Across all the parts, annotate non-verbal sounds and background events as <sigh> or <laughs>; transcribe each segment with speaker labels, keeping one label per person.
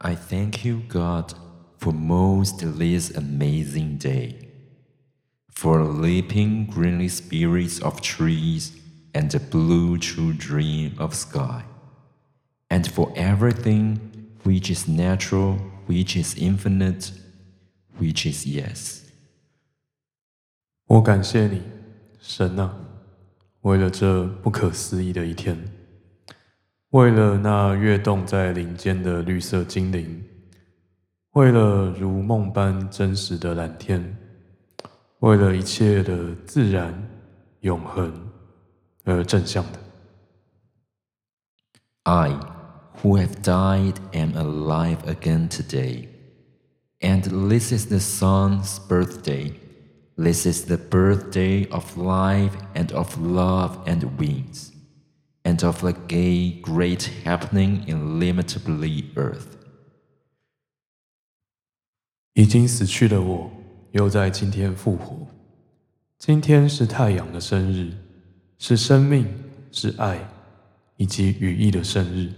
Speaker 1: I thank you, God, for most this amazing day, for leaping green spirits of trees and the blue children of sky, and for everything which is natural, which is infinite, which is yes.
Speaker 2: 我感谢你，神啊，为了这不可思议的一天，为了那跃动在林间的绿色精灵，为了如梦般真实的蓝天，为了一切的自然、永恒而正向的。
Speaker 1: I, who have died, am alive again today. And this is the sun's birthday. This is the birthday of life and of love and wings, and of the gay great happening in limitably earth.
Speaker 2: 已经死去的我，又在今天复活。今天是太阳的生日，是生命，是爱，以及羽翼的生日，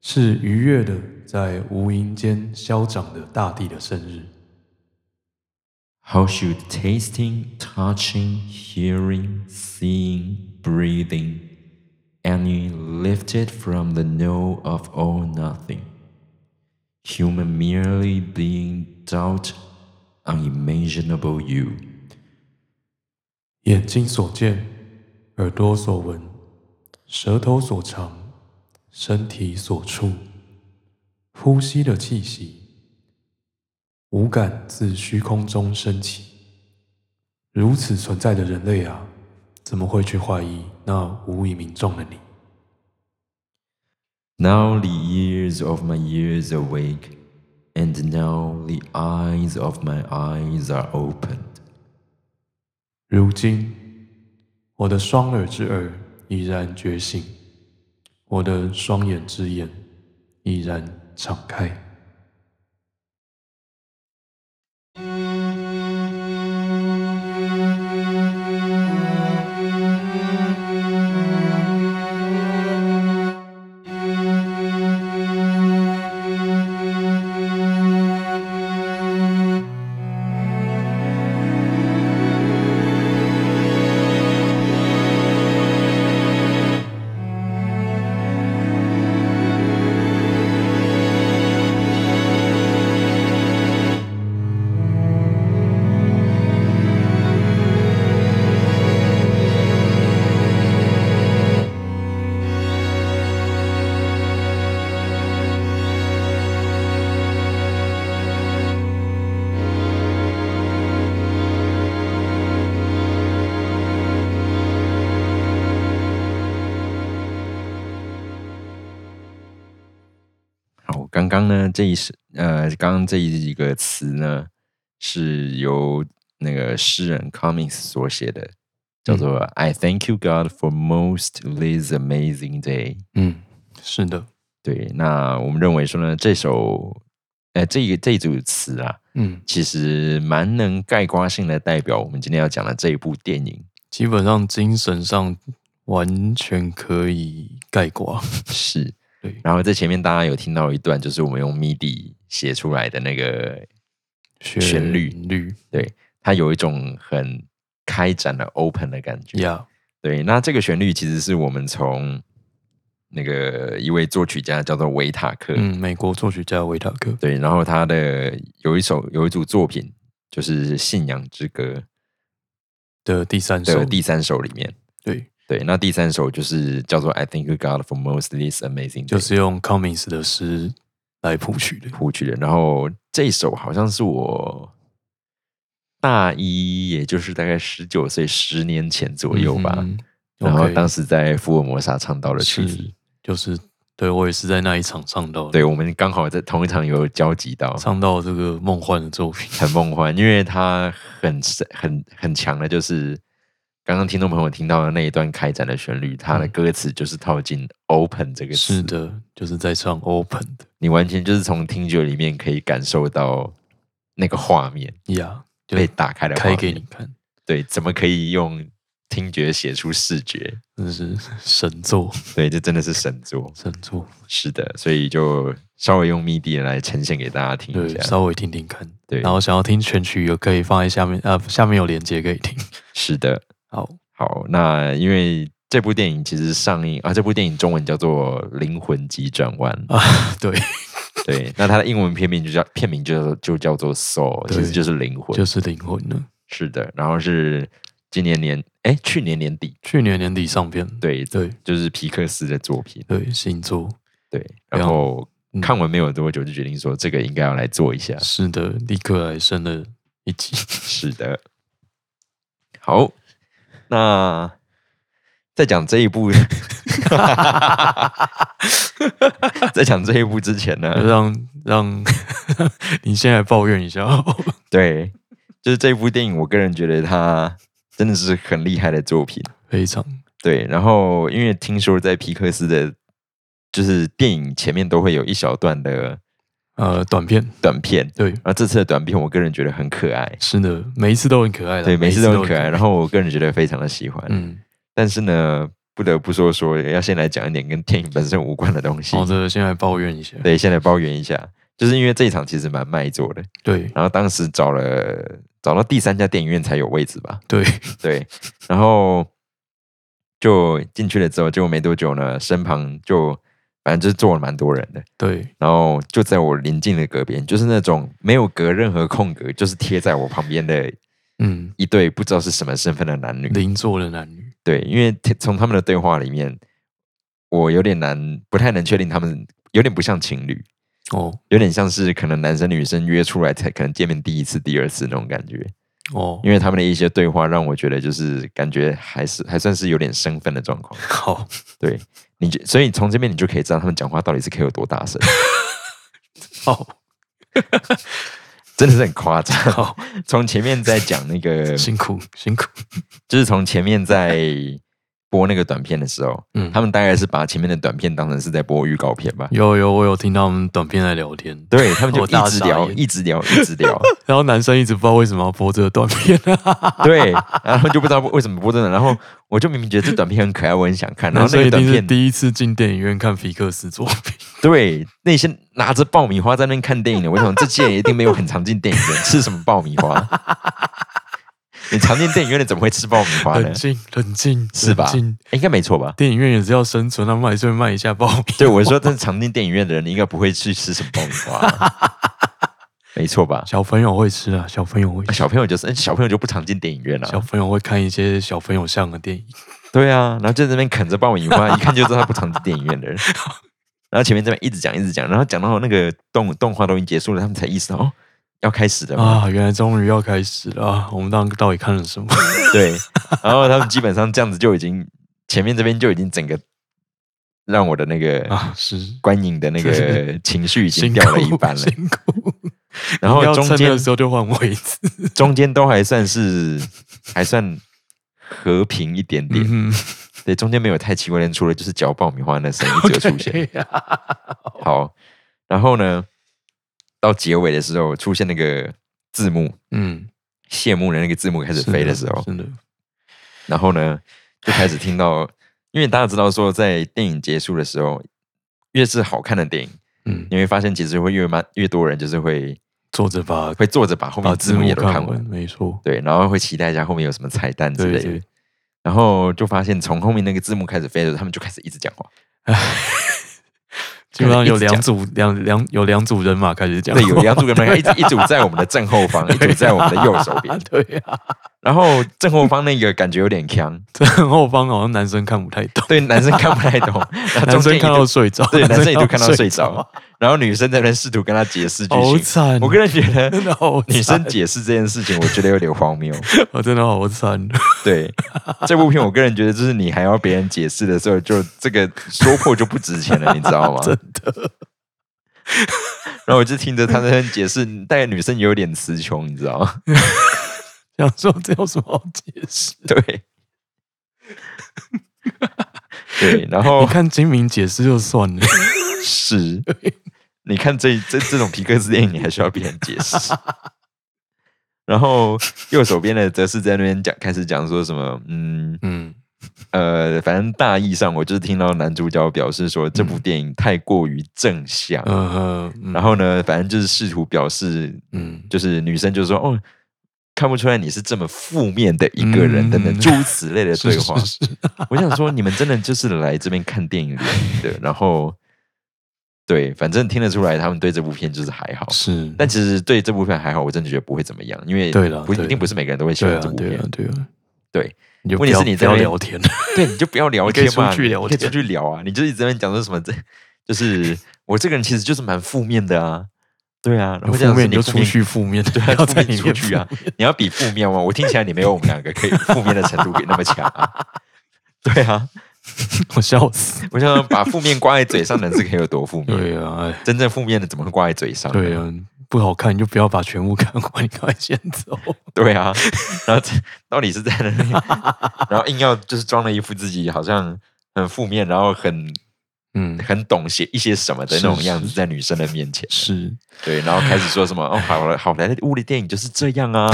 Speaker 2: 是愉悦的在无垠间消长的大地的生日。
Speaker 1: How should tasting, touching, hearing, seeing, breathing, any lifted from the know of all nothing? Human merely being doubt, unimaginable you.
Speaker 2: 眼睛所见，耳朵所闻，舌头所尝，身体所触，呼吸的气息，五感自虚空中升起。如此存在的人类啊，怎么会去怀疑那无以名状的你？
Speaker 1: Now the ears of my ears awake, and now the eyes of my eyes are opened.
Speaker 2: 如今，我的双耳之耳已然觉醒，我的双眼之眼已然敞开。
Speaker 1: 好，刚刚呢这一首呃，刚刚这一个词呢是由那个诗人 Cummings 所写的，叫做、I thank you God for most this amazing day。
Speaker 2: 嗯，是的，
Speaker 1: 对，那我们认为说呢，这首呃这一这一组词啊，
Speaker 2: 嗯，
Speaker 1: 其实蛮能概括性的代表我们今天要讲的这一部电影。
Speaker 2: 基本上精神上完全可以概括。
Speaker 1: 是，
Speaker 2: 对
Speaker 1: 然后在前面大家有听到一段，就是我们用 MIDI 写出来的那个，旋律
Speaker 2: 律
Speaker 1: 它有一种很开展的 open 的感觉。
Speaker 2: 呀
Speaker 1: 对，那这个旋律其实是我们从那个一位作曲家叫做维塔克，
Speaker 2: 嗯，美国作曲家维塔克，
Speaker 1: 对，然后他的有一首有一组作品就是《信仰之歌
Speaker 2: 的第三》首
Speaker 1: 的，第三首里面。
Speaker 2: 对，
Speaker 1: 对，那第三首就是叫做《I Thank You God for Most This Amazing Day》
Speaker 2: 就是用 Cummings 的诗来谱曲的。
Speaker 1: 谱曲的。然后这首好像是我大一，也就是大概十九岁，十年前左右吧。
Speaker 2: 嗯
Speaker 1: 然后
Speaker 2: OK
Speaker 1: 当时在福尔摩沙唱到的曲子
Speaker 2: 是，就是对我也是在那一场唱到的，
Speaker 1: 对我们刚好在同一场有交集到，
Speaker 2: 唱到这个梦幻的作品。
Speaker 1: 很梦幻，因为它很很很强的，就是刚刚听众朋友听到的那一段开展的旋律，它的歌词就是套进 “open” 这个词，
Speaker 2: 是的，就是在唱 Open 的
Speaker 1: 你完全就是从听觉里面可以感受到那个画面
Speaker 2: 呀就
Speaker 1: 被打开的画
Speaker 2: 开
Speaker 1: 面，
Speaker 2: 给你看，
Speaker 1: 对，怎么可以用听觉写出视觉？
Speaker 2: 真的是神作，
Speaker 1: 对，这真的是神作。
Speaker 2: 神作。
Speaker 1: 是的，所以就稍微用 MIDI 来呈现给大家听
Speaker 2: 对
Speaker 1: 一，下。
Speaker 2: 稍微听听看。
Speaker 1: 对
Speaker 2: 然后想要听全曲，有可以放在下面，呃，下面有连接可以听。
Speaker 1: 是的，
Speaker 2: 好，
Speaker 1: <laughs> 好，那因为这部电影其实上映啊，这部电影中文叫做《灵魂急转弯》
Speaker 2: <laughs> 啊 <laughs> 对，
Speaker 1: 对，那它的英文片名就叫片名就就叫做 Soul，
Speaker 2: 对
Speaker 1: 其实就是灵魂，
Speaker 2: 就是灵魂了。
Speaker 1: 是的。然后是今年年哎，去年年底，
Speaker 2: 去年年底上片，
Speaker 1: 对，
Speaker 2: 对
Speaker 1: 就是皮克斯的作品，
Speaker 2: 对，星座
Speaker 1: 对。
Speaker 2: 对啊
Speaker 1: 然后
Speaker 2: 嗯
Speaker 1: 看完没有多久，就决定说这个应该要来做一下，
Speaker 2: 是的，立刻来升了一集。
Speaker 1: 是的。好，那在讲这一部， <laughs> 在讲这一部之前呢，
Speaker 2: <laughs> 让让 <laughs> 你先来抱怨一下 <laughs> 好了，
Speaker 1: 对，就是这部电影，我个人觉得它真的是很厉害的作品。
Speaker 2: 非常
Speaker 1: 对，然后因为听说在皮克斯的，就是电影前面都会有一小段的
Speaker 2: 呃短片，
Speaker 1: 短片，
Speaker 2: 对，
Speaker 1: 而这次的短片，我个人觉得很可爱。
Speaker 2: 是的，每一次都很可爱啦
Speaker 1: 对，每次都很可爱，然
Speaker 2: 后
Speaker 1: 后我个人觉得非常的喜欢。
Speaker 2: 嗯，
Speaker 1: 但是呢，不得不说说，要先来讲一点跟电影本身无关的东西。
Speaker 2: 好哦的，先来抱怨一下，
Speaker 1: 对，先来抱怨一下，就是因为这一场其实蛮卖座的，
Speaker 2: 对
Speaker 1: 然后当时找了找到第三家电影院才有位置吧。
Speaker 2: 对，
Speaker 1: 对，然后就进去了之后，结果没多久呢，身旁就反正就是坐了蛮多人的，
Speaker 2: 对，
Speaker 1: 然后就在我临近的隔边，就是那种没有隔任何空格，就是贴在我旁边的
Speaker 2: 嗯，
Speaker 1: 一对不知道是什么身份的男女。
Speaker 2: 邻座的男女，
Speaker 1: 对，因为听从他们的对话里面，我有点难，不太能确定他们有点不像情侣，
Speaker 2: 哦
Speaker 1: 有点像是可能男生女生约出来才可能见面第一次、第二次那种感觉。
Speaker 2: 哦，
Speaker 1: 因为他们的一些对话让我觉得就是感觉还是还算是有点生分的状况。
Speaker 2: 好，
Speaker 1: 对，你就所以从这边你就可以知道他们讲话到底是可以有多大声， <laughs>
Speaker 2: 好，
Speaker 1: 真的是很夸张。
Speaker 2: <laughs> 好，
Speaker 1: 从前面在讲那个，
Speaker 2: 辛苦辛苦，
Speaker 1: 就是从前面在播那个短片的时候，
Speaker 2: 嗯，
Speaker 1: 他们大概是把前面的短片当成是在播预告片吧。
Speaker 2: 有有，我有听到我们短片在聊天，
Speaker 1: 对他们就
Speaker 2: 我哦大
Speaker 1: 一直
Speaker 2: 傻
Speaker 1: 聊，
Speaker 2: 眼
Speaker 1: 一直聊，一直聊，
Speaker 2: 然后男生一直不知道为什么要播这个短片啊，
Speaker 1: 对，然后就不知道为什么播这个。然后我就明明觉得这短片很可爱，我很想看。 <laughs> 然
Speaker 2: 男
Speaker 1: 后那
Speaker 2: 生
Speaker 1: 个
Speaker 2: 一
Speaker 1: 短
Speaker 2: 定是
Speaker 1: 片，
Speaker 2: 第一次进电影院看皮克斯作品，
Speaker 1: 对那些拿着爆米花在那边看电影的，我想这些人一定没有很常进电影院，吃什么爆米花？ <laughs> 你常进电影院的怎么会吃爆米花呢
Speaker 2: 冷？静冷静，
Speaker 1: 是吧
Speaker 2: 冷静
Speaker 1: 应该没错吧？
Speaker 2: 电影院也是要生存，他们还是会卖一下爆米。
Speaker 1: 对，我是说，但是常进电影院的人应该不会去吃什么爆米花 <laughs> 啊，没错吧？
Speaker 2: 小朋友会吃啊，小朋友会吃，
Speaker 1: 小朋友就是，小朋友就不常进电影院啊了、
Speaker 2: 小朋友会看一些小朋友像的电影。
Speaker 1: 对啊，然后就在那边啃着爆米花，一 <laughs> 看就知道他不常进电影院的人。 <laughs> 然后前面这边一直讲，一直讲，然后讲到那个动动画都已经结束了，他们才意识到哦，要开始了嘛。
Speaker 2: 啊，原来终于要开始了啊！我们当到底看了什么？
Speaker 1: <laughs> 对，然后他们基本上这样子就已经前面这边就已经整个让我的那个
Speaker 2: 啊，是
Speaker 1: 观影的那
Speaker 2: <laughs>
Speaker 1: 个情绪已经
Speaker 2: 辛
Speaker 1: 掉了一
Speaker 2: 苦
Speaker 1: 半了，
Speaker 2: 辛苦。
Speaker 1: 然后
Speaker 2: 要
Speaker 1: 中
Speaker 2: 趁
Speaker 1: 间
Speaker 2: 的时候就换位置。
Speaker 1: 中间都还算是还算和平一点点，
Speaker 2: 嗯
Speaker 1: 对，中间没有太奇怪的，除了就是嚼爆米花那声音只有出现。
Speaker 2: <laughs> 对啊呀，
Speaker 1: 好，然后呢，到结尾的时候出现那个字幕，
Speaker 2: 嗯，
Speaker 1: 谢幕的那个字幕开始
Speaker 2: 是
Speaker 1: 飞的时候，
Speaker 2: 真的
Speaker 1: 然后呢，就开始听到，因为大家知道说，在电影结束的时候，越是好看的电影，
Speaker 2: 嗯，
Speaker 1: 你会发现其实会越慢，越多人就是会
Speaker 2: 坐着把
Speaker 1: 会坐着把后面
Speaker 2: 把
Speaker 1: 的
Speaker 2: 字
Speaker 1: 字幕
Speaker 2: 幕
Speaker 1: 也都看
Speaker 2: 看
Speaker 1: 完，
Speaker 2: 完，没错，
Speaker 1: 对，然后会期待一下后面有什么彩蛋 <laughs> 之类
Speaker 2: 对
Speaker 1: 的。
Speaker 2: 对，
Speaker 1: 然后就发现从后面那个字幕开始飞的时候，他们就开始一直讲话，
Speaker 2: 基本上有
Speaker 1: 一直讲
Speaker 2: 两组两两有两组人马开始讲话，
Speaker 1: 对，有两组人们一直一组在我们的正后方，一组在我们的右手边，
Speaker 2: <laughs> 对啊呀，
Speaker 1: 然后正后方那个感觉有点强，
Speaker 2: 这后方好像男生看不太
Speaker 1: <laughs>
Speaker 2: 懂，
Speaker 1: 对男生看不太
Speaker 2: <laughs>
Speaker 1: 懂，然后中
Speaker 2: 男
Speaker 1: 间
Speaker 2: 生
Speaker 1: 一
Speaker 2: 看到
Speaker 1: 度，
Speaker 2: 睡着，
Speaker 1: 对男生一度看到
Speaker 2: 睡
Speaker 1: 睡着，，然后女生在那边试图跟他解释剧
Speaker 2: 好
Speaker 1: 情，
Speaker 2: 惨！
Speaker 1: 我个人觉得
Speaker 2: 真的好惨，
Speaker 1: 女生解释这件事情，我觉得有点荒谬。
Speaker 2: 我真的好惨， <laughs>
Speaker 1: 对这部片，我个人觉得就是你还要别人解释的时候，就这个说破就不值钱了，你知道吗？
Speaker 2: <laughs> 真的。
Speaker 1: 然后我就听着他在那边解释，大概女生有点词穷，你知道吗？ <laughs>
Speaker 2: 想说这有什么好解释？
Speaker 1: 对， <laughs> 对，然
Speaker 2: 你
Speaker 1: 后
Speaker 2: 看金明解释就算了， <laughs>
Speaker 1: 是，你看这这这种皮克斯电影，你还需要别人解
Speaker 2: <laughs>
Speaker 1: 释。然后右手边的则是在那边讲，开始讲说什么，嗯，
Speaker 2: 嗯，
Speaker 1: 呃，反正大意上我就是听到男主角表示说这部电影太过于正向，
Speaker 2: <laughs> 嗯哼，嗯
Speaker 1: 然后呢，反正就是试图表示，
Speaker 2: 嗯
Speaker 1: 就是女生就说哦。看不出来你是这么负面的一个人，
Speaker 2: 嗯
Speaker 1: 等等诸如此类的对话。
Speaker 2: <laughs> 是是是
Speaker 1: 我想说，你们真的就是来这边看电影联谊的，然后对，反正听得出来他们对这部片就是还好。
Speaker 2: 是，
Speaker 1: 哦但其实对这部片还好，我真的觉得不会怎么样，因为
Speaker 2: 对了
Speaker 1: 不
Speaker 2: 对
Speaker 1: 一定
Speaker 2: 了
Speaker 1: 不是每个人都会喜
Speaker 2: 对
Speaker 1: 欢这
Speaker 2: 啊
Speaker 1: 部
Speaker 2: 对
Speaker 1: 片
Speaker 2: 啊。对啊，
Speaker 1: 对
Speaker 2: 你就不
Speaker 1: 问题
Speaker 2: 要
Speaker 1: 是你
Speaker 2: 不
Speaker 1: 在
Speaker 2: 要
Speaker 1: 那边
Speaker 2: 聊天，
Speaker 1: 对，你就不要聊
Speaker 2: 你可以
Speaker 1: 天嘛，
Speaker 2: 出去聊
Speaker 1: 你可以出
Speaker 2: 天
Speaker 1: 去聊啊，你就一直在那边讲说什么这，就是我这个人其实就是蛮负面的啊，对啊，然后这
Speaker 2: 负
Speaker 1: 样子
Speaker 2: 面你就出
Speaker 1: 面
Speaker 2: 去负面，
Speaker 1: 对
Speaker 2: 不
Speaker 1: 啊，
Speaker 2: <laughs> 要
Speaker 1: 负
Speaker 2: 在
Speaker 1: 面
Speaker 2: 里
Speaker 1: 出
Speaker 2: 面
Speaker 1: 去啊！你要比负面吗？我听起来你没有我们两个可以负面的程度给那么强啊。
Speaker 2: <laughs>
Speaker 1: 对啊，
Speaker 2: 负面，我笑死。
Speaker 1: 我想把负面挂在嘴上的人是可以有多负面？
Speaker 2: 对啊，哎，
Speaker 1: 真正负面的怎么会挂在嘴上？
Speaker 2: 对啊，不好看你就不要把全部 <laughs> 看完，你赶快先走。
Speaker 1: 对啊， <laughs> 然后这到底是在那里， <laughs> 然后硬要就是装了一副自己好像很负面，然后很
Speaker 2: 嗯，
Speaker 1: 很懂些一些什么的那种
Speaker 2: 是
Speaker 1: 样子，
Speaker 2: 是
Speaker 1: 在女生的面前，
Speaker 2: 是，
Speaker 1: 对，然后开始说什
Speaker 2: <laughs>
Speaker 1: 么哦，好了好莱坞的电影就是这样啊，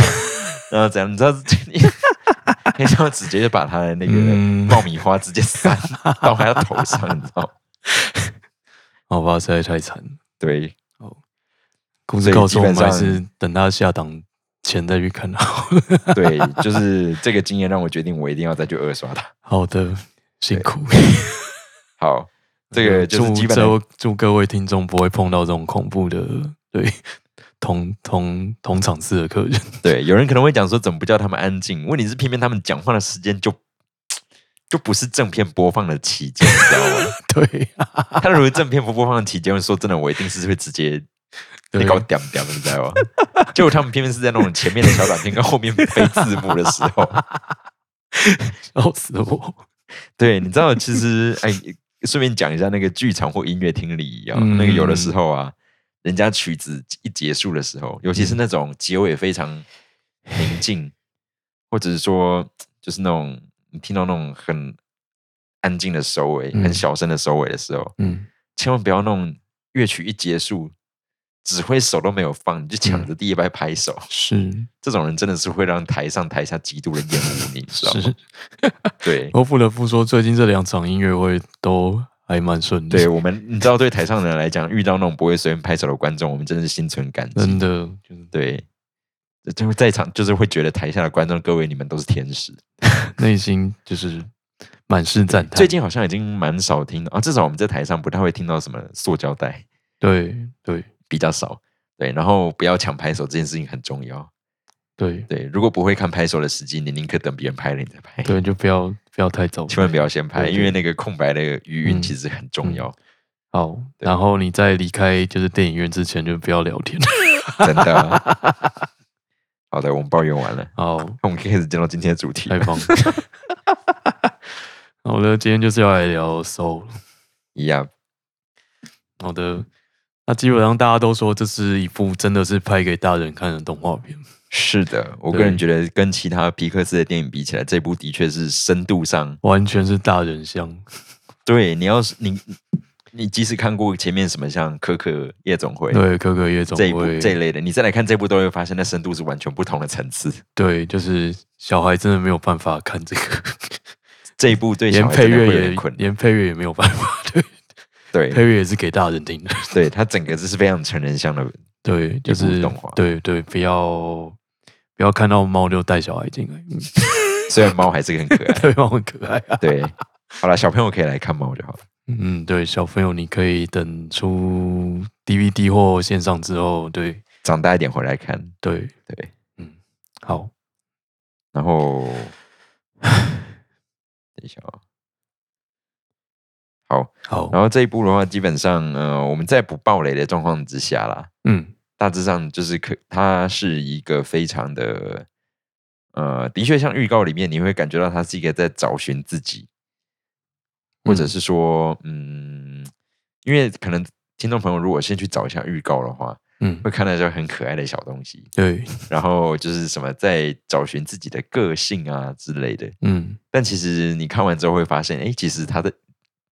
Speaker 1: 然后怎样，你知道， <laughs> 你黑道直接就把他的那个
Speaker 2: 嗯
Speaker 1: 爆米花直接散到他的头上，你知道吗？
Speaker 2: 好吧，实在太惨了。
Speaker 1: 对，
Speaker 2: 故
Speaker 1: 所
Speaker 2: 事
Speaker 1: 以
Speaker 2: 告诉
Speaker 1: 基
Speaker 2: 我
Speaker 1: 本
Speaker 2: 们还
Speaker 1: 上
Speaker 2: 是等他下档前再去看好。
Speaker 1: 对，就是这个经验让我决定，我一定要再去二刷它。
Speaker 2: <laughs> 好的，辛苦。啊
Speaker 1: 好，这个就是基
Speaker 2: 祝
Speaker 1: 本的
Speaker 2: 祝祝各位听众不会碰到这种恐怖的，对同同同场次的客人。 <laughs>
Speaker 1: 对。有人可能会讲说，怎么不叫他们安静？问题是，偏偏他们讲话的时间就就不是正片播放的期间，你知道吗？ <laughs>
Speaker 2: 对啊，
Speaker 1: 他如果正片不播放的期间，说真的，我一定是会直接
Speaker 2: 对
Speaker 1: 你搞点点，你知道吗？ <laughs> 结果他们偏偏是在那种前面的小短片跟后面飞字幕的时候，
Speaker 2: 笑死我。
Speaker 1: 对，你知道，其实哎，顺便讲一下那个剧场或音乐厅礼仪啊，
Speaker 2: 嗯
Speaker 1: 那个有的时候啊，人家曲子一结束的时候，尤其是
Speaker 2: 嗯
Speaker 1: 那种结尾非常宁静，或者是说就是那种你听到那种很安静的收尾、
Speaker 2: 嗯
Speaker 1: 很小声的收尾的时候，
Speaker 2: 嗯，
Speaker 1: 千万不要弄乐曲一结束，指挥手都没有放，你就抢
Speaker 2: 嗯
Speaker 1: 着第一排拍手。
Speaker 2: 是
Speaker 1: 这种人真的是会让台上台下极度的厌恶你，你知道吗？
Speaker 2: 是。
Speaker 1: 对
Speaker 2: 我不得不说，最近这两场音乐会都还蛮顺利。
Speaker 1: <laughs> 对，我们你知道，对台上的人来讲，遇到那种不会随便拍手的观众，我们真的是心存感激。
Speaker 2: 真的就是
Speaker 1: 对，就是在场，就是会觉得台下的观众，各位你们都是天使。
Speaker 2: 内心就是满是赞叹。
Speaker 1: 最近好像已经蛮少听到啊，至少我们在台上不太会听到什么塑胶袋，
Speaker 2: 对对
Speaker 1: 比较少。对，然后不要抢拍手这件事情很重要。
Speaker 2: 对
Speaker 1: 对，如果不会看拍手的时机，你宁可等别人拍了你再拍。
Speaker 2: 对，就不要不要太早。
Speaker 1: 千万不要先拍，
Speaker 2: 对对
Speaker 1: 因为那个空白的余韵
Speaker 2: 嗯
Speaker 1: 其实很重要， <laughs>
Speaker 2: 好，然后你在离开就是电影院之前就不要聊天。
Speaker 1: 真的。 <laughs> 好的，我们抱怨完了， <laughs>
Speaker 2: 好，
Speaker 1: 那我们可以开始进入今天的主题
Speaker 2: 太。棒了。好的，今天就是要来聊 Soul。
Speaker 1: 一样，
Speaker 2: 好的，那基本上大家都说这是一部真的是拍给大人看的动画片。
Speaker 1: 是的，我
Speaker 2: 对
Speaker 1: 个人觉得跟其他皮克斯的电影比起来，这部的确是深度上，
Speaker 2: 完全是大人像。
Speaker 1: 对你要是你你即使看过前面什么像《可可夜总会》
Speaker 2: 对，哥哥夜总
Speaker 1: 这一部
Speaker 2: 会，
Speaker 1: 这一类的，你再来看这部，都会发现那深度是完全不同的层次。
Speaker 2: 对，就是小孩真的没有办法看这个，
Speaker 1: <laughs> 这一部对小
Speaker 2: 连
Speaker 1: 孩
Speaker 2: 配
Speaker 1: 真的会有
Speaker 2: 乐也
Speaker 1: 点困难，
Speaker 2: 连配乐也没有办法。对，
Speaker 1: 对
Speaker 2: <laughs> 配乐也是给大人听的。
Speaker 1: 对，它整个就是非常成人向的
Speaker 2: 对，就
Speaker 1: 一部
Speaker 2: 是
Speaker 1: 动画
Speaker 2: 对对，不要不要看到猫就带小孩进来， <laughs> 嗯
Speaker 1: 虽然猫还是很可爱，
Speaker 2: 对，猫很可爱啊。
Speaker 1: 对，好了，小朋友可以来看猫就好了。
Speaker 2: 嗯，对，小朋友你可以等出 DVD 或线上之后，对
Speaker 1: 长大一点回来看，
Speaker 2: 对，嗯
Speaker 1: 对。
Speaker 2: 好，
Speaker 1: 然后，等一下啊、好，
Speaker 2: 好，
Speaker 1: 然后这一部的话，基本上，呃，我们在不暴雷的状况之下啦，
Speaker 2: 嗯
Speaker 1: 大致上就是可，它是一个非常的，呃，的确像预告里面，你会感觉到它是一个在找寻自己，或者
Speaker 2: 嗯
Speaker 1: 是说，嗯，因为可能听众朋友如果先去找一下预告的话，
Speaker 2: 嗯，
Speaker 1: 会看到一些很可爱的小东西，
Speaker 2: 对，
Speaker 1: 然后就是什么在找寻自己的个性啊之类的。
Speaker 2: 嗯
Speaker 1: 但其实你看完之后会发现，哎，其实他的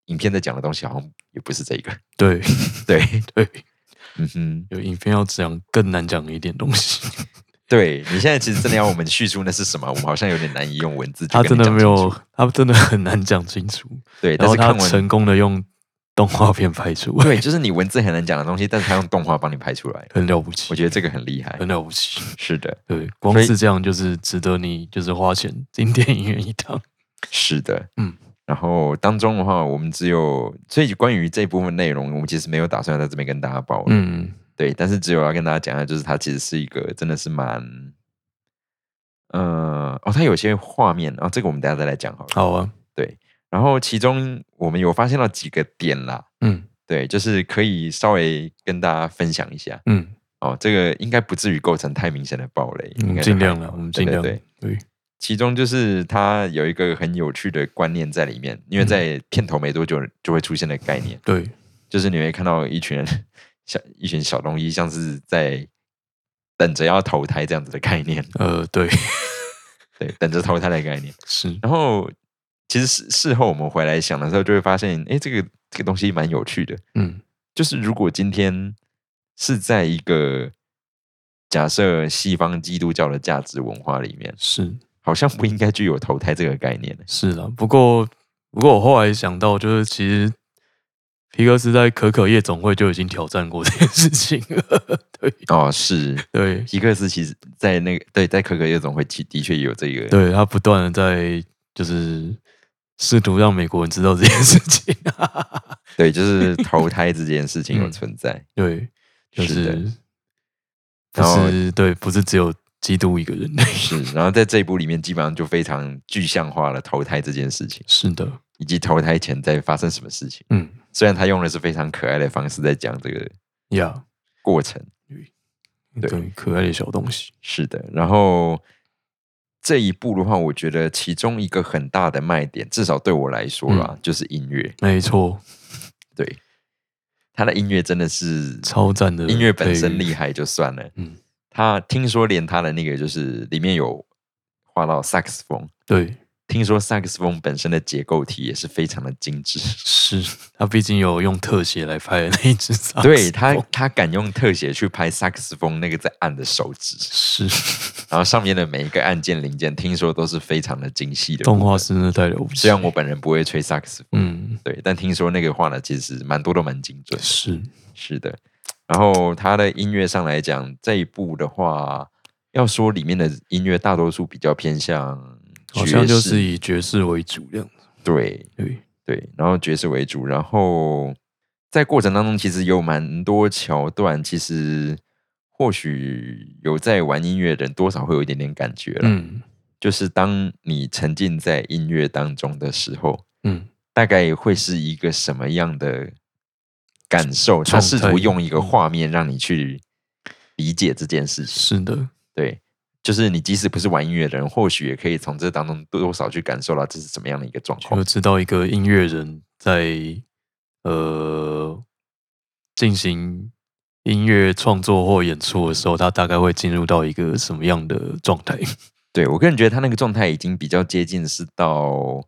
Speaker 1: 影片在讲的东西好像也不是这个。
Speaker 2: 对
Speaker 1: <laughs> 对，
Speaker 2: <laughs> 对，
Speaker 1: 嗯哼，
Speaker 2: 有影片要讲更难讲一点东西，
Speaker 1: 对你现在其实真的要我们叙述那是什么，我们好像有点难以用文字去
Speaker 2: 他
Speaker 1: 跟你
Speaker 2: 真的
Speaker 1: 讲
Speaker 2: 没
Speaker 1: 清
Speaker 2: 有
Speaker 1: 楚。，
Speaker 2: 他真的很难讲清楚。
Speaker 1: 对，
Speaker 2: 然
Speaker 1: 但
Speaker 2: 后
Speaker 1: 是
Speaker 2: 他
Speaker 1: 看完
Speaker 2: 成功的用动画片拍出，
Speaker 1: 对，就是你文字很难讲的东西，但是他用动画帮你拍出来，
Speaker 2: <laughs> 很了不起
Speaker 1: 我，觉得这个很厉害
Speaker 2: 很。了不起。
Speaker 1: 是的，
Speaker 2: 对，光
Speaker 1: 所以
Speaker 2: 是这样就是值得你就是花钱进电影院一趟。
Speaker 1: 是的，
Speaker 2: 嗯。
Speaker 1: 然后当中的话，我们只有所以关于这部分内容，我们其实没有打算在这边跟大家报。嗯，
Speaker 2: 嗯，
Speaker 1: 对，但是只有要跟大家讲一下，就是它其实是一个真的是蛮，呃，哦，它有些画面，然、后这个我们等一下再来讲好了。
Speaker 2: 好啊，
Speaker 1: 然后其中我们有发现到几个点啦，
Speaker 2: 嗯
Speaker 1: 对，就是可以稍微跟大家分享一下
Speaker 2: 嗯，
Speaker 1: 哦。这个应该不至于构成太明显的暴雷，
Speaker 2: 我
Speaker 1: 应
Speaker 2: 们
Speaker 1: 该
Speaker 2: 嗯尽
Speaker 1: 就还
Speaker 2: 量了，
Speaker 1: 好
Speaker 2: 我们
Speaker 1: 对
Speaker 2: 尽
Speaker 1: 对
Speaker 2: 量。
Speaker 1: 对
Speaker 2: 对，
Speaker 1: 其中就是它有一个很有趣的观念在里面，因为
Speaker 2: 嗯
Speaker 1: 在片头没多久就会出现的概念，
Speaker 2: 对，
Speaker 1: 就是你会看到一群人像一群小东西，像是在等着要投胎这样子的概念，
Speaker 2: 呃，对， <laughs>
Speaker 1: 对，等着投胎的概念。
Speaker 2: 是，
Speaker 1: 然后其实事事后我们回来想的时候，就会发现，哎，这个这个东西蛮有趣的。
Speaker 2: 嗯
Speaker 1: 就是如果今天是在一个假设西方基督教的价值文化里面，
Speaker 2: 是
Speaker 1: 好像不应该具有投胎这个概念。
Speaker 2: 是啦。不过不过我后来想到，就是其实皮克斯在可可夜总会就已经挑战过这件事情了。 <laughs> 对
Speaker 1: 哦，是
Speaker 2: 对，
Speaker 1: 皮克斯其实，在那个对，在可可夜总会其的确也有这个。
Speaker 2: 对他不断的在就是试图让美国人知道这件事情、啊
Speaker 1: 对就是投胎这件
Speaker 2: <laughs>
Speaker 1: 事情有
Speaker 2: 嗯
Speaker 1: 存在。
Speaker 2: <laughs> 对，就是
Speaker 1: 的
Speaker 2: 是不
Speaker 1: 然后
Speaker 2: 是对，不是只有基督一个人，
Speaker 1: 是，然后在这一部里面，基本上就非常具象化了投胎这件事情，
Speaker 2: <laughs> 是的，
Speaker 1: 以及投胎前在发生什么事情。
Speaker 2: 嗯
Speaker 1: 虽然他用的是非常可爱的方式在讲这个
Speaker 2: 呀
Speaker 1: 过程，对嗯
Speaker 2: 对，可爱的小东西，
Speaker 1: 是的，然后这一部的话，我觉得其中一个很大的卖点，至少对我来说啦，
Speaker 2: 嗯
Speaker 1: 就是音乐。
Speaker 2: 没错，
Speaker 1: 对，他的音乐真的是
Speaker 2: 超赞的
Speaker 1: 音乐本身厉
Speaker 2: 害，
Speaker 1: 害就算了，
Speaker 2: 嗯，
Speaker 1: 他听说连他的那个就是里面有画到萨克斯风，
Speaker 2: 对，
Speaker 1: 听说萨克斯风本身的结构体也是非常的精致。
Speaker 2: 是他毕竟有用特写来拍的那一只萨克斯风，
Speaker 1: 对他，他敢用特写去拍萨克斯风那个在按的手指，
Speaker 2: 是
Speaker 1: 然后上面的每一个按键零件，听说都是非常的精细的部
Speaker 2: 动画
Speaker 1: 分
Speaker 2: 师真的太了不起
Speaker 1: 虽，然我本人不会吹萨克斯风，
Speaker 2: 嗯，
Speaker 1: 对，但听说那个画的其实蛮多都蛮精准的。
Speaker 2: 是
Speaker 1: 是的，然后他的音乐上来讲，这一部的话，要说里面的音乐大多数比较偏向爵
Speaker 2: 好
Speaker 1: 士，
Speaker 2: 像就是以爵士为主这样子，
Speaker 1: 对啊
Speaker 2: 对，
Speaker 1: 对，然后爵士为主，然后在过程当中其实有蛮多桥段，其实或许有在玩音乐的人多少会有一点点感觉了，
Speaker 2: 嗯
Speaker 1: 就是当你沉浸在音乐当中的时候，
Speaker 2: 嗯。
Speaker 1: 大概会是一个什么样的感受？他
Speaker 2: 状
Speaker 1: 试
Speaker 2: 态
Speaker 1: 图用一个
Speaker 2: 嗯
Speaker 1: 画面让你去理解这件事情。
Speaker 2: 是的，
Speaker 1: 对，就是你即使不是玩音乐的人，或许也可以从这当中多多少去感受到这是怎么样的一个状况
Speaker 2: 就。知道一个音乐人在呃进行音乐创作或演出的时候，他大概会进入到一个什么样的状态？
Speaker 1: 对我个人觉得他那个状态已经比较接近是到，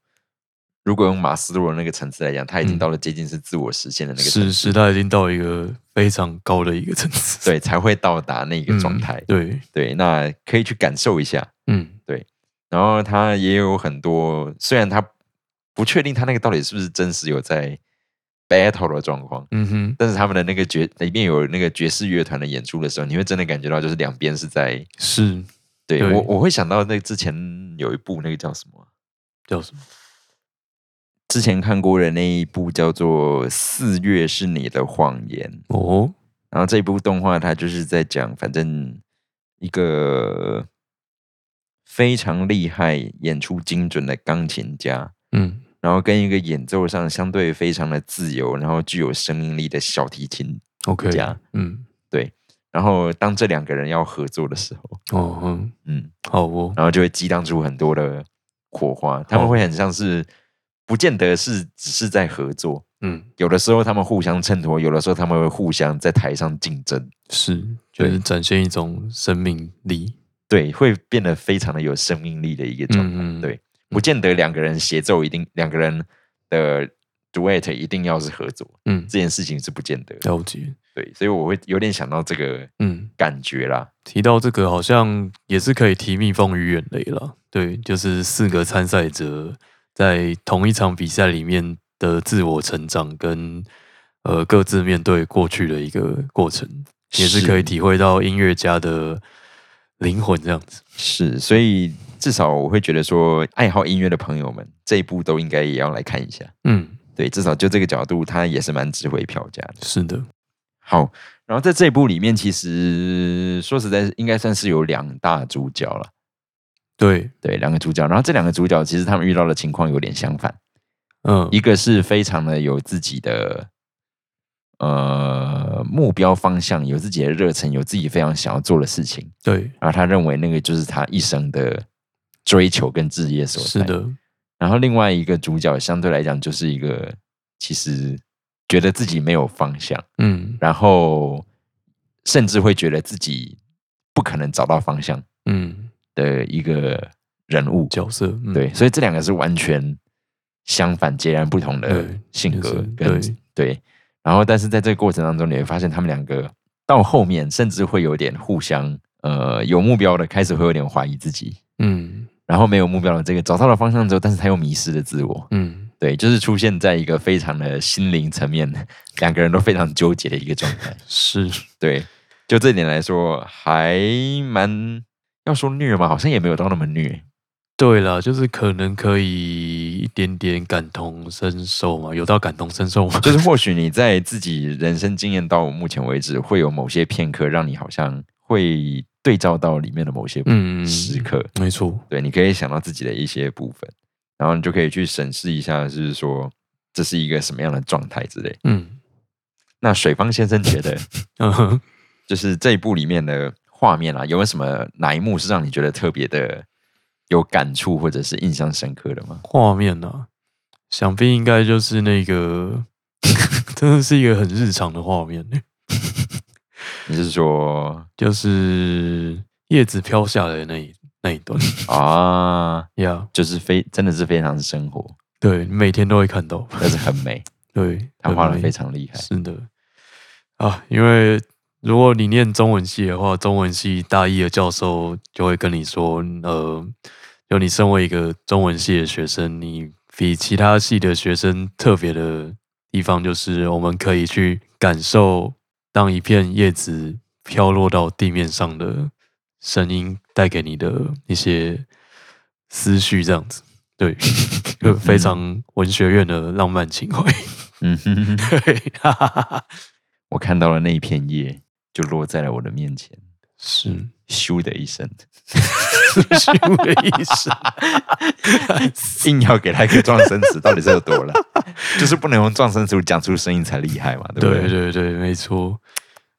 Speaker 1: 如果用马斯洛的那个层次来讲，他已经
Speaker 2: 嗯
Speaker 1: 到了接近是自我实现的那个层
Speaker 2: 是
Speaker 1: 次，
Speaker 2: 是，他已经到一个非常高的一个层
Speaker 1: <laughs>
Speaker 2: 次，
Speaker 1: 对，才会到达那个
Speaker 2: 嗯
Speaker 1: 状态。
Speaker 2: 对，
Speaker 1: 对，那可以去感受一下。
Speaker 2: 嗯，
Speaker 1: 然后他也有很多，虽然他不确定他那个到底是不是真实有在 battle 的状况，
Speaker 2: 嗯哼，
Speaker 1: 但是他们的那个爵里面有那个爵士乐团的演出的时候，你会真的感觉到就是两边是在
Speaker 2: 是
Speaker 1: 对
Speaker 2: 对
Speaker 1: 我我会想到那之前有一部那个叫什么啊，
Speaker 2: 叫什么？
Speaker 1: 之前看过的那一部叫做《四月是你的谎言》，
Speaker 2: 哦，
Speaker 1: 然后这一部动画它就是在讲，反正一个非常厉害、演出精准的钢琴家，
Speaker 2: 嗯，
Speaker 1: 然后跟一个演奏上相对非常的自由，然后具有生命力的小提琴。
Speaker 2: OK，
Speaker 1: 家
Speaker 2: 嗯，
Speaker 1: 然后当这两个人要合作的时候，
Speaker 2: 哦，嗯，
Speaker 1: 嗯，
Speaker 2: 好哦，
Speaker 1: 然后就会激荡出很多的火花。他们
Speaker 2: 哦
Speaker 1: 会很像是，不见得是只是在合作，
Speaker 2: 嗯，
Speaker 1: 有的时候他们互相衬托，有的时候他们会互相在台上竞争。
Speaker 2: 是，就是展现一种生命力，
Speaker 1: 对，会变得非常的有生命力的一个状态。
Speaker 2: 嗯嗯
Speaker 1: 对，不见得两个人协奏一定，两个人的 duet 一定要是合作，
Speaker 2: 嗯，
Speaker 1: 这件事情是不见得的。
Speaker 2: 了解，
Speaker 1: 对，所以我会有点想到这个
Speaker 2: 嗯，
Speaker 1: 感觉啦。
Speaker 2: 提到这个，好像也是可以提蜜蜂与远雷了。对，就是四个参赛者在同一场比赛里面的自我成长跟呃各自面对过去的一个过程，也是可以体会到音乐家的灵魂这样子。
Speaker 1: 是，所以至少我会觉得说，爱好音乐的朋友们这一部都应该也要来看一下。
Speaker 2: 嗯，
Speaker 1: 对，至少就这个角度，它也是蛮值回票价的。
Speaker 2: 是的，
Speaker 1: 好，然后在这一部里面，其实说实在，应该算是有两大主角了。
Speaker 2: 对，
Speaker 1: 对，两个主角，然后这两个主角其实他们遇到的情况有点相反，
Speaker 2: 嗯，
Speaker 1: 一个是非常的有自己的呃目标方向，有自己的热忱，有自己非常想要做的事情，
Speaker 2: 对，
Speaker 1: 然后他认为那个就是他一生的追求跟置业所在。
Speaker 2: 是，的，
Speaker 1: 然后另外一个主角相对来讲就是一个其实觉得自己没有方向，
Speaker 2: 嗯
Speaker 1: 然后甚至会觉得自己不可能找到方向
Speaker 2: 嗯，
Speaker 1: 的一个人物。
Speaker 2: 角色，嗯、
Speaker 1: 对，所以这两个是完全相反、截然不同的
Speaker 2: 对
Speaker 1: 呃性
Speaker 2: 就
Speaker 1: 格
Speaker 2: 是
Speaker 1: 跟
Speaker 2: 对
Speaker 1: 对。然后，但是在这个过程当中，你会发现他们两个到后面甚至会有点互相呃有目标的开始会有点怀疑自己，
Speaker 2: 嗯
Speaker 1: 然后没有目标的这个找到了方向之后，但是他又迷失了自我。
Speaker 2: 嗯，
Speaker 1: 对，就是出现在一个非常的心灵层面，两个人都非常纠结的一个状态。
Speaker 2: 是，
Speaker 1: 对，就这点来说，还蛮要说虐嘛，好像也没有到那么虐。
Speaker 2: 对啦，就是可能可以一点点感同身受嘛，有到感同
Speaker 1: <laughs>
Speaker 2: 身受吗？
Speaker 1: 就是或许你在自己人生经验到目前为止，会有某些片刻让你好像会对照到里面的某些
Speaker 2: 嗯，
Speaker 1: 时刻，
Speaker 2: 没错，
Speaker 1: 对，你可以想到自己的一些部分，然后你就可以去审视一下，就是说这是一个什么样的状态之类。
Speaker 2: 嗯
Speaker 1: 那水方先生觉得，
Speaker 2: 嗯哼，
Speaker 1: 就是这一部里面的画面啊，有没有什么哪一幕是让你觉得特别的有感触或者是印象深刻的吗？
Speaker 2: 画面啊，想必应该就是那个， <laughs> 真的是一个很日常的画面，欸
Speaker 1: 你是说
Speaker 2: 就是叶子飘下来的那一那一段 <laughs>
Speaker 1: 啊，
Speaker 2: 呀
Speaker 1: 就是非真的是非常生活，
Speaker 2: 对，每天都会看到，
Speaker 1: 但是很美。
Speaker 2: 对，
Speaker 1: 他画的
Speaker 2: 很美
Speaker 1: 非常厉害。
Speaker 2: 是的啊，因为如果你念中文系的话，中文系大一的教授就会跟你说，呃，就你身为一个中文系的学生，你比其他系的学生特别的地方就是，我们可以去感受当一片叶子飘落到地面上的声音带给你的一些思绪，这样子。对， <laughs> 就非常文学院的浪漫情怀。 <laughs>
Speaker 1: 嗯哼哼，
Speaker 2: 对，哈哈哈哈
Speaker 1: 我看到了那一片叶，就落在了我的面前，
Speaker 2: 是 <laughs>
Speaker 1: 咻的一声，
Speaker 2: 是的意思。
Speaker 1: 硬要给他一个撞声词，到底是有多烂？ <laughs> 就是不能用撞声词讲出声音才厉害嘛，对不 <laughs> 对？
Speaker 2: 对对对，没错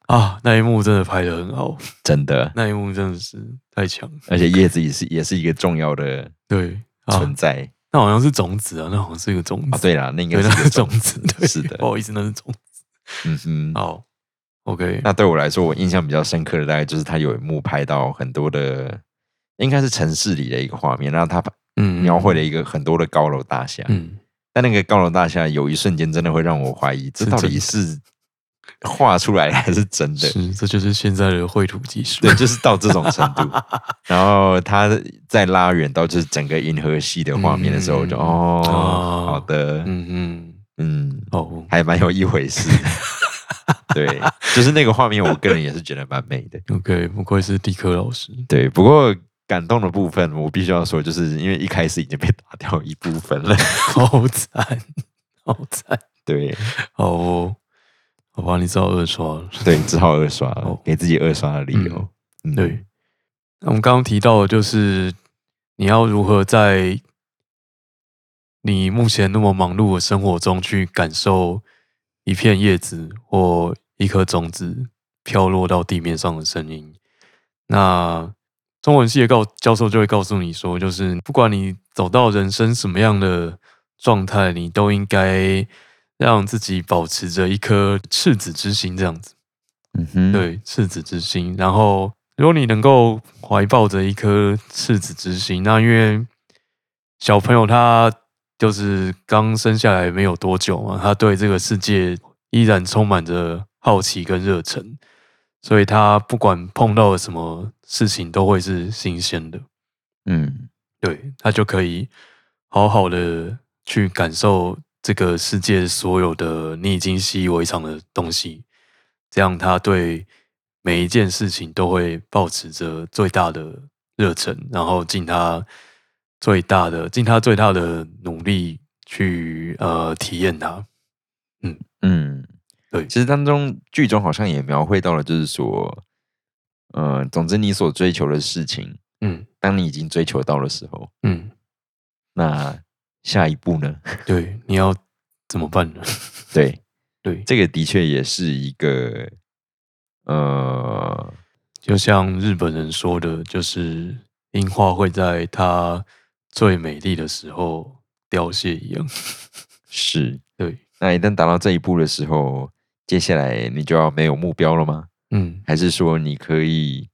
Speaker 2: 啊，那一幕真的拍的很好，
Speaker 1: 真的，
Speaker 2: 那一幕真的是太强了。
Speaker 1: 而且叶子也是也是一个重要的
Speaker 2: 对啊
Speaker 1: 存，在
Speaker 2: 那好像是种子啊，那好像是一个种
Speaker 1: 啊。嗯
Speaker 2: 子，
Speaker 1: <laughs> 对啦，那应该
Speaker 2: 对，那
Speaker 1: 是一个
Speaker 2: 是
Speaker 1: 种
Speaker 2: 种，子，对，
Speaker 1: 是的
Speaker 2: 不好意思，那是种子。
Speaker 1: 嗯哼。
Speaker 2: 好，OK，
Speaker 1: 那对我来说，我印象比较深刻的大概就是他有一幕拍到很多的，应该是城市里的一个画面，然后他
Speaker 2: 嗯
Speaker 1: 描绘了一个很多的高楼大厦，
Speaker 2: 嗯，
Speaker 1: 但那个高楼大厦有一瞬间真的会让我怀疑，这
Speaker 2: 是
Speaker 1: 到
Speaker 2: 真
Speaker 1: 底
Speaker 2: 的
Speaker 1: 是画出来的还是真的？
Speaker 2: 是，这就是现在的绘图技术
Speaker 1: 对，。就是到这种程
Speaker 2: <laughs>
Speaker 1: 度。然后他再拉远到就是整个银河系的画面的时候，我就
Speaker 2: 嗯
Speaker 1: 哦，
Speaker 2: 哦
Speaker 1: 好的，
Speaker 2: 嗯嗯，
Speaker 1: 嗯，
Speaker 2: 哦，
Speaker 1: 还蛮有一回事。
Speaker 2: <laughs>
Speaker 1: 对，就是那个画面，我个人也是觉得蛮美的。
Speaker 2: OK，不愧是地科老师。 <laughs>
Speaker 1: 对，不过感动的部分，我必须要说，就是因为一开始已经被打掉一部分
Speaker 2: <laughs>
Speaker 1: 了。
Speaker 2: 好惨，好惨，
Speaker 1: 对
Speaker 2: 好哦，好吧，你知道二刷了。
Speaker 1: 对，只好二刷了
Speaker 2: 哦，
Speaker 1: 给自己二刷的理由。嗯
Speaker 2: 对，那我们刚刚提到的就是你要如何在你目前那么忙碌的生活中去感受一片叶子或一颗种子飘落到地面上的声音。那中文系的告教授就会告诉你说，就是不管你走到人生什么样的状态，你都应该让自己保持着一颗赤子之心，这样子。
Speaker 1: 嗯哼，
Speaker 2: 对，赤子之心。然后，如果你能够怀抱着一颗赤子之心，那因为小朋友他就是刚生下来没有多久嘛，他对这个世界依然充满着好奇跟热忱，所以他不管碰到了什么事情都会是新鲜的，
Speaker 1: 嗯，
Speaker 2: 对他就可以好好的去感受这个世界所有的你已经习以为常的东西，这样他对每一件事情都会保持着最大的热忱，然后尽他最大的尽他最大的努力去呃体验它。
Speaker 1: 嗯，
Speaker 2: 对
Speaker 1: 其实当中剧中好像也描绘到了，就是说，呃，总之你所追求的事情，
Speaker 2: 嗯
Speaker 1: 当你已经追求到的时候，
Speaker 2: 嗯，
Speaker 1: 那下一步呢？ <laughs>
Speaker 2: 对，你要怎么办呢？ <laughs>
Speaker 1: 对，
Speaker 2: 对，
Speaker 1: 这个的确也是一个，呃，
Speaker 2: 就像日本人说的，就是樱花会在它最美丽的时候凋谢一样。 <laughs>
Speaker 1: 是。
Speaker 2: 对，
Speaker 1: 那一旦达到这一步的时候，接下来你就要没有目标了吗？
Speaker 2: 嗯，
Speaker 1: 还是说你可以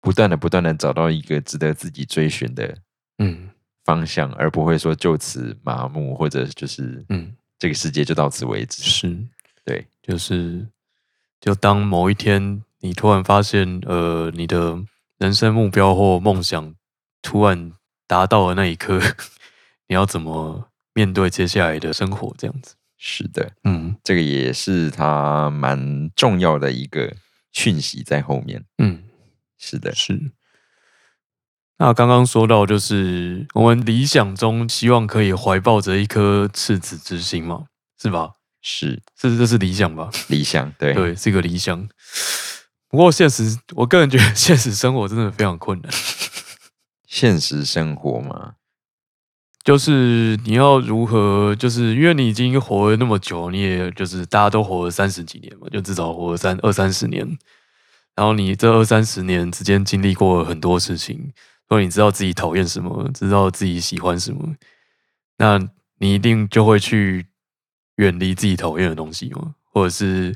Speaker 1: 不断的、不断的找到一个值得自己追寻的
Speaker 2: 嗯
Speaker 1: 方向，而不会说就此麻木，或者就是
Speaker 2: 嗯，
Speaker 1: 这个世界就到此为止。
Speaker 2: 是，
Speaker 1: 对，
Speaker 2: 就是，就当某一天你突然发现，呃，你的人生目标或梦想突然达到了那一刻， <laughs> 你要怎么面对接下来的生活？这样子，
Speaker 1: 是的，
Speaker 2: 嗯
Speaker 1: 这个也是它蛮重要的一个讯息在后面。
Speaker 2: 嗯。
Speaker 1: 是的，
Speaker 2: 是。那刚刚说到，就是我们理想中希望可以怀抱着一颗赤子之心嘛，是吧？
Speaker 1: 是
Speaker 2: 是，这是理想吧？
Speaker 1: 理想。对，
Speaker 2: 对，是个理想。不过现实，我个人觉得现实生活真的非常困难，
Speaker 1: 现实生活嘛，
Speaker 2: 就是你要如何，就是因为你已经活了那么久，你也就是大家都活了三十几年嘛，就至少活了三二三十年，然后你这二三十年之间经历过很多事情，所以你知道自己讨厌什么，知道自己喜欢什么，那你一定就会去远离自己讨厌的东西嘛，或者是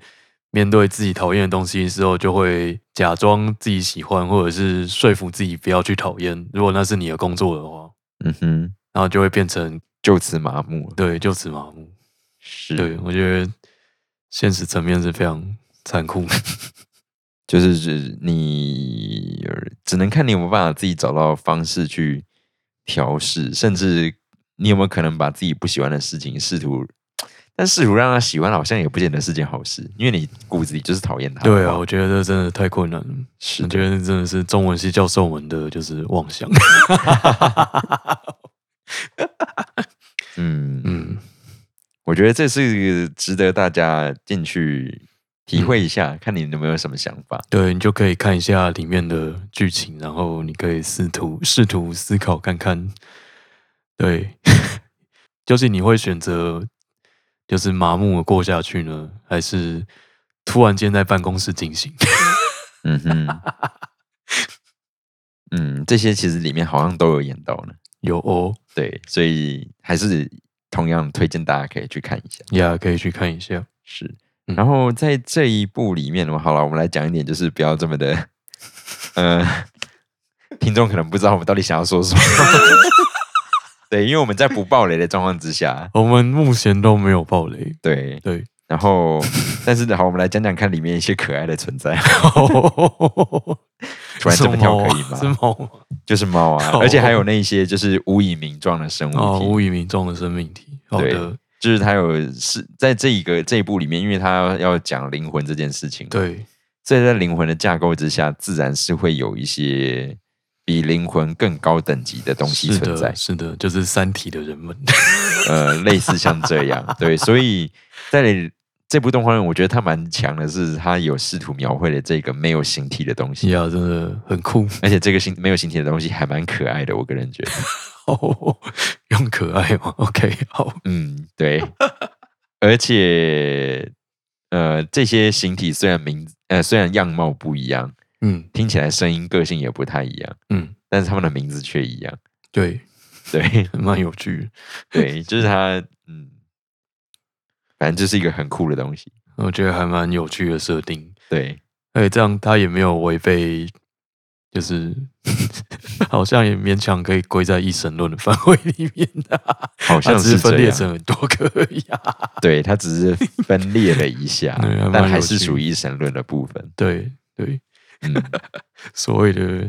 Speaker 2: 面对自己讨厌的东西之后，就会假装自己喜欢，或者是说服自己不要去讨厌。如果那是你的工作的话，
Speaker 1: 嗯哼，
Speaker 2: 然后就会变成
Speaker 1: 就此麻木了。
Speaker 2: 对，就此麻木。
Speaker 1: 是，
Speaker 2: 对我觉得现实层面是非常残酷
Speaker 1: <laughs>
Speaker 2: 的。
Speaker 1: 就是指你只能看你有没有办法自己找到方式去调试，甚至你有没有可能把自己不喜欢的事情试图，但试图让他喜欢，好像也不见得是件好事，因为你骨子里就是讨厌他。
Speaker 2: 对啊，，我觉得这真的太困难了。
Speaker 1: 是
Speaker 2: 我
Speaker 1: 的，
Speaker 2: 觉得这真的是中文系教授们的就是妄想。
Speaker 1: 嗯嗯，
Speaker 2: 嗯
Speaker 1: 我觉得这是值得大家进去体会一下，看你有没有什么想法。
Speaker 2: <laughs> 对你就可以看一下里面的剧情，然后你可以试图试图思考看看，对， <laughs> 就是你会选择就是麻木的过下去呢，还是突然间在办公室进行？ <laughs>
Speaker 1: 嗯哼，嗯，这些其实里面好像都有演到呢。
Speaker 2: 有哦，
Speaker 1: 对，所以还是同样推荐大家可以去看一下。
Speaker 2: 呀，可以去看一下。
Speaker 1: 是，
Speaker 2: 嗯
Speaker 1: 然后在这一部里面，好了，我们来讲一点，就是不要这么的，呃，听众可能不知道我们到底想要说什么。 <laughs> 对，因为我们在不爆雷的状况之下，
Speaker 2: 我们目前都没有暴雷，
Speaker 1: 对，
Speaker 2: 对，
Speaker 1: 然后但是好，我们来讲讲看里面一些可爱的存在。 <laughs>
Speaker 2: <laughs>
Speaker 1: 突然这么跳可以
Speaker 2: 是
Speaker 1: 吗？
Speaker 2: 猫啊
Speaker 1: 就是猫啊，
Speaker 2: 哦
Speaker 1: 而且还有那一些就是无以名状的生物体，
Speaker 2: 哦，无以名状的生命体。好
Speaker 1: 对
Speaker 2: 的，
Speaker 1: 就是它有是在这一个这一部里面，因为它要讲灵魂这件事情，，
Speaker 2: 对，
Speaker 1: 所以在灵魂的架构之下，自然是会有一些比灵魂更高等级的东西
Speaker 2: 是
Speaker 1: 存在
Speaker 2: 的，，是的，就是三体的人们。 <laughs>
Speaker 1: 呃，类似像这样，对，所以在这部动画里，我觉得它蛮强的是，它有试图描绘了这个没有形体的东西，
Speaker 2: 呀，真的很酷 <laughs>
Speaker 1: 而且这个形没有形体的东西还蛮可爱的，我个人觉得，
Speaker 2: 哦，用可爱吗？OK，好， <laughs>
Speaker 1: 嗯，对，而且呃，这些形体虽然名呃虽然样貌不一样，
Speaker 2: 嗯
Speaker 1: 听起来声音个性也不太一样，
Speaker 2: 嗯，
Speaker 1: 但是他们的名字却一样，
Speaker 2: 对，
Speaker 1: 对。
Speaker 2: 蛮有趣的。
Speaker 1: 对，就是它，嗯，反正就是一个很酷的东西。
Speaker 2: 我觉得还蛮有趣的设定，
Speaker 1: 对，
Speaker 2: 而且这样它也没有违背，就是 <laughs> 好像也勉强可以归在一神论的范围里面的、
Speaker 1: 好
Speaker 2: 它
Speaker 1: 像
Speaker 2: 只是
Speaker 1: 是
Speaker 2: 分
Speaker 1: 这
Speaker 2: 裂
Speaker 1: 样。
Speaker 2: 成很多个而已啊。
Speaker 1: 对，它只是分裂了一下
Speaker 2: <laughs> 对还，蛮
Speaker 1: 但还
Speaker 2: 有
Speaker 1: 是
Speaker 2: 趣
Speaker 1: 属于神论的部分。
Speaker 2: 对，对，
Speaker 1: 嗯，
Speaker 2: 所谓的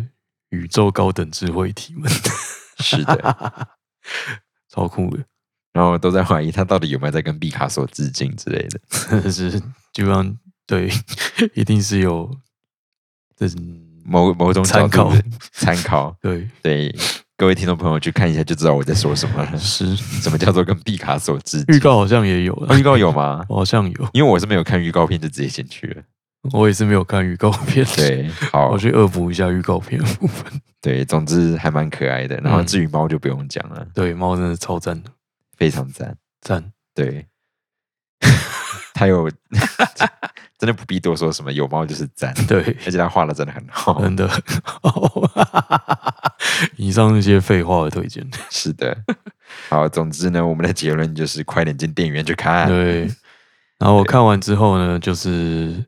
Speaker 2: 宇宙高等智慧体们， <laughs>
Speaker 1: 是的。 <laughs>
Speaker 2: 超酷的，
Speaker 1: 然后都在怀疑他到底有没有在跟毕卡索致敬之类的。
Speaker 2: 真的是基本上对， <laughs> 一定是有，这是
Speaker 1: 某某种角度的 <laughs> 参考，
Speaker 2: 对
Speaker 1: 对各位听众朋友去看一下就知道我在说什么
Speaker 2: <laughs>
Speaker 1: 了。
Speaker 2: 是
Speaker 1: 什么叫做跟毕卡索致敬
Speaker 2: 预？告好像也有了
Speaker 1: 哦，预告有吗？
Speaker 2: 好像有，
Speaker 1: 因为我是没有看预告片就直接进去了。
Speaker 2: 我也是没有看预告片，，
Speaker 1: 对，好
Speaker 2: <laughs> 我，去恶补一下预告片的部分。
Speaker 1: 对，总之还蛮可爱的。然后
Speaker 2: 嗯
Speaker 1: 至于猫就不用讲了，
Speaker 2: 对，猫真的超赞的，
Speaker 1: 非常赞。
Speaker 2: 赞， <laughs>
Speaker 1: 对，它有 <laughs> 真的不必多说什么，有猫就是赞，
Speaker 2: 对，嗯
Speaker 1: 而且它画的真的很好。
Speaker 2: 真的。 <laughs> 以上那些废话的推荐，
Speaker 1: 是的，好，总之呢，我们的结论就是快点进电影院去看。
Speaker 2: 对。然后我看完之后呢，就是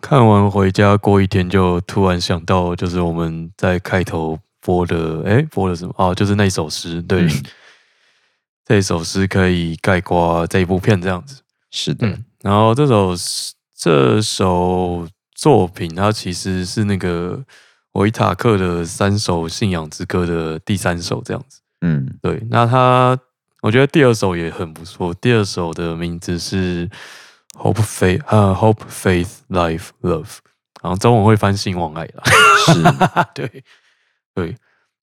Speaker 2: 看完回家过一天，就突然想到，就是我们在开头播的，哎，播的什么啊？就是那首诗，对，
Speaker 1: 嗯
Speaker 2: <laughs> 这首诗可以概括这一部片这样子。
Speaker 1: 是的，
Speaker 2: 嗯然后这首诗这首作品，它其实是那个维塔克的三首信仰之歌的第三首这样子。 <laughs>
Speaker 1: 嗯
Speaker 2: 对，那它我觉得第二首也很不错，第二首的名字是 Hope Faith 呃 Hope Faith Life Love，然后中文会翻信望爱啦。 <laughs>
Speaker 1: 是，
Speaker 2: 对对，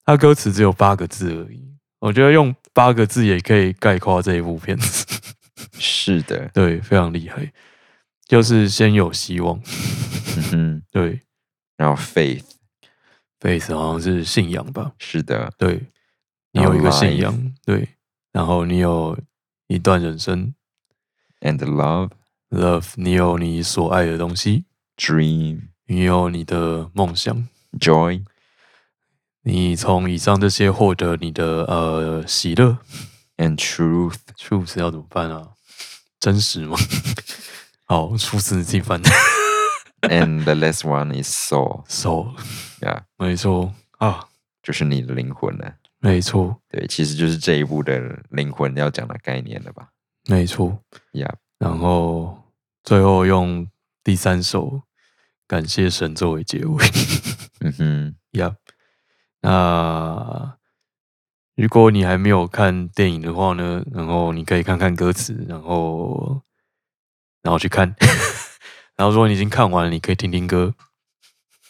Speaker 2: 它歌词只有八个字而已，我觉得用八个字也可以概括这一部片子。 <laughs>
Speaker 1: 是的，
Speaker 2: 对，非常厉害，就是先有希望。
Speaker 1: 嗯哼。
Speaker 2: 对
Speaker 1: 然后 faith
Speaker 2: ，faith 好像是信仰吧？
Speaker 1: 是的，
Speaker 2: 对，你
Speaker 1: 然后
Speaker 2: 有一个信
Speaker 1: life
Speaker 2: 仰，对，然后你有一段人生
Speaker 1: ，and love
Speaker 2: ，love，你有你所爱的东西，
Speaker 1: dream
Speaker 2: 你有你的梦想，
Speaker 1: joy
Speaker 2: 你从以上这些获得你的呃喜乐
Speaker 1: and truth，
Speaker 2: ，truth 要怎么办啊？真实吗？ <laughs> 好，truth 你自己翻
Speaker 1: and the last one is soul，
Speaker 2: ，so
Speaker 1: 呀、yeah,，
Speaker 2: 没错啊，
Speaker 1: 就是你的灵魂了。
Speaker 2: 没错，
Speaker 1: 对，其实就是这一部的灵魂要讲的概念了吧？
Speaker 2: 没错。
Speaker 1: 呀、
Speaker 2: 然后最后用第三首感谢神作为结尾。
Speaker 1: 嗯哼，
Speaker 2: yep，那如果你还没有看电影的话呢，然后你可以看看歌词，然后然后去看。 <laughs> 然后如果你已经看完了，你可以听听歌。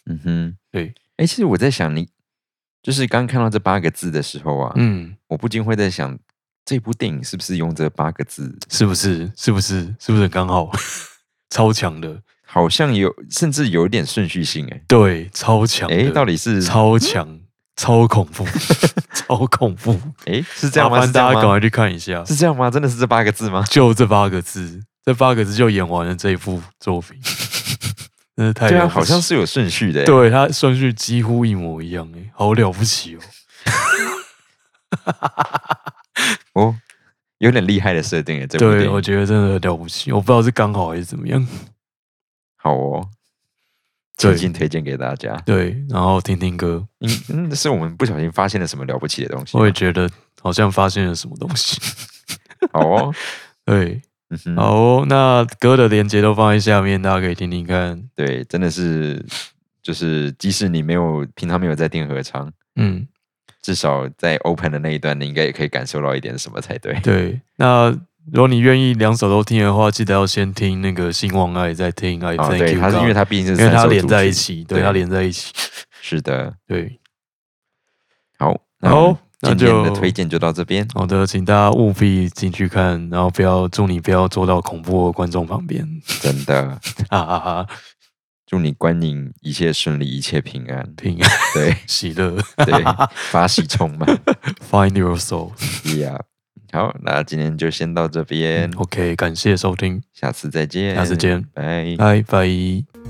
Speaker 1: 嗯哼，
Speaker 2: 对，
Speaker 1: 哎，其实我在想你，就是刚看到这八个字的时候啊，
Speaker 2: 嗯，
Speaker 1: 我不禁会在想，这部电影是不是用这八个字？
Speaker 2: 是不是？是不是？是不是很刚好？ <laughs> 超强的，
Speaker 1: 好像有，甚至有一点顺序性哎。
Speaker 2: 对，超强的，
Speaker 1: 哎，到底是
Speaker 2: 超强，超恐怖， <laughs> 超恐怖。
Speaker 1: 哎是这样
Speaker 2: 麻
Speaker 1: 吗？
Speaker 2: 烦
Speaker 1: 是这
Speaker 2: 大
Speaker 1: 样
Speaker 2: 家
Speaker 1: 吗？
Speaker 2: 赶快去看一下，
Speaker 1: 是这样吗？真的是这八个字吗？
Speaker 2: 就这八个字，这八个字就演完了这一部作品， <laughs> 真的太
Speaker 1: 对
Speaker 2: 了
Speaker 1: 啊，
Speaker 2: 不
Speaker 1: 好像
Speaker 2: 起
Speaker 1: 是有顺序的。，
Speaker 2: 对它顺序几乎一模一样，哎，好了不起哦！
Speaker 1: 哦，有点厉害的设定耶，这部电
Speaker 2: 对，我
Speaker 1: 影。
Speaker 2: 觉得真的很了不起，我不知道是刚好还是怎么样。
Speaker 1: 好哦，
Speaker 2: 对
Speaker 1: 最近推荐给大家。
Speaker 2: 对，然后听听歌，
Speaker 1: 嗯嗯，是我们不小心发现了什么了不起的东西吗。
Speaker 2: 我也觉得好像发现了什么东
Speaker 1: <laughs>
Speaker 2: 西。
Speaker 1: 好哦，
Speaker 2: 对，
Speaker 1: 嗯哼，
Speaker 2: 好哦，那歌的连接都放在下面，大家可以听听看。
Speaker 1: 对，真的是，就是即使你没有平常没有在听合唱，
Speaker 2: 嗯，
Speaker 1: 至少在 open 的那一段，你应该也可以感受到一点什么才对。
Speaker 2: 对，那如果你愿意两首都听的话，记得要先听那个《兴旺爱》，再听《I
Speaker 1: 啊，
Speaker 2: Thank You
Speaker 1: 对，》，它是因为它毕竟是
Speaker 2: 因为
Speaker 1: 三
Speaker 2: 它
Speaker 1: 首
Speaker 2: 连
Speaker 1: 主
Speaker 2: 在
Speaker 1: 曲
Speaker 2: 一。起，对，
Speaker 1: 对
Speaker 2: 它连在一起，
Speaker 1: 是的，
Speaker 2: 对。
Speaker 1: 好，那我们
Speaker 2: 好，那
Speaker 1: 嗯今天的
Speaker 2: 就
Speaker 1: 推荐就到这边。
Speaker 2: 好的，请大家务必进去看，然后不要祝你不要坐到恐怖的观众旁边， <laughs>
Speaker 1: 真的，
Speaker 2: 哈哈哈！
Speaker 1: 祝你观影一切顺利，一切平 <laughs> 安。
Speaker 2: 平安
Speaker 1: 对
Speaker 2: <laughs> 喜乐
Speaker 1: <laughs> 对，发喜充满。
Speaker 2: ，Find your soul。
Speaker 1: Yeah，好，那今天就先到这边，
Speaker 2: OK，感谢收听，
Speaker 1: 下次再见，
Speaker 2: 下次见，
Speaker 1: 拜。
Speaker 2: 拜拜。